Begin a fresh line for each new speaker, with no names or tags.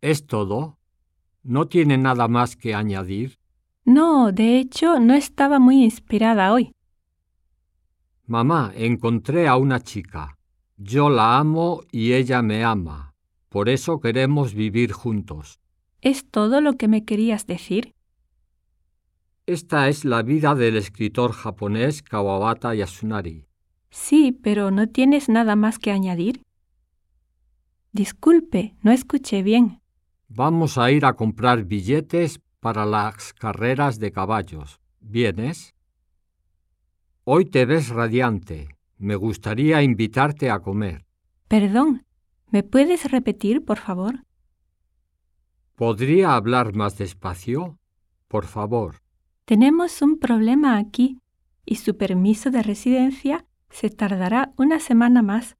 ¿Es todo? ¿No tiene nada más que añadir?
No, de hecho, no estaba muy inspirada hoy.
Mamá, encontré a una chica. Yo la amo y ella me ama. Por eso queremos vivir juntos.
¿Es todo lo que me querías decir?
Esta es la vida del escritor japonés Kawabata Yasunari.
Sí, pero ¿no tienes nada más que añadir? Disculpe, no escuché bien.
Vamos a ir a comprar billetes para las carreras de caballos. ¿Vienes? Hoy te ves radiante. Me gustaría invitarte a comer.
Perdón, ¿me puedes repetir, por favor?
¿Podría hablar más despacio? Por favor.
Tenemos un problema aquí y su permiso de residencia se tardará una semana más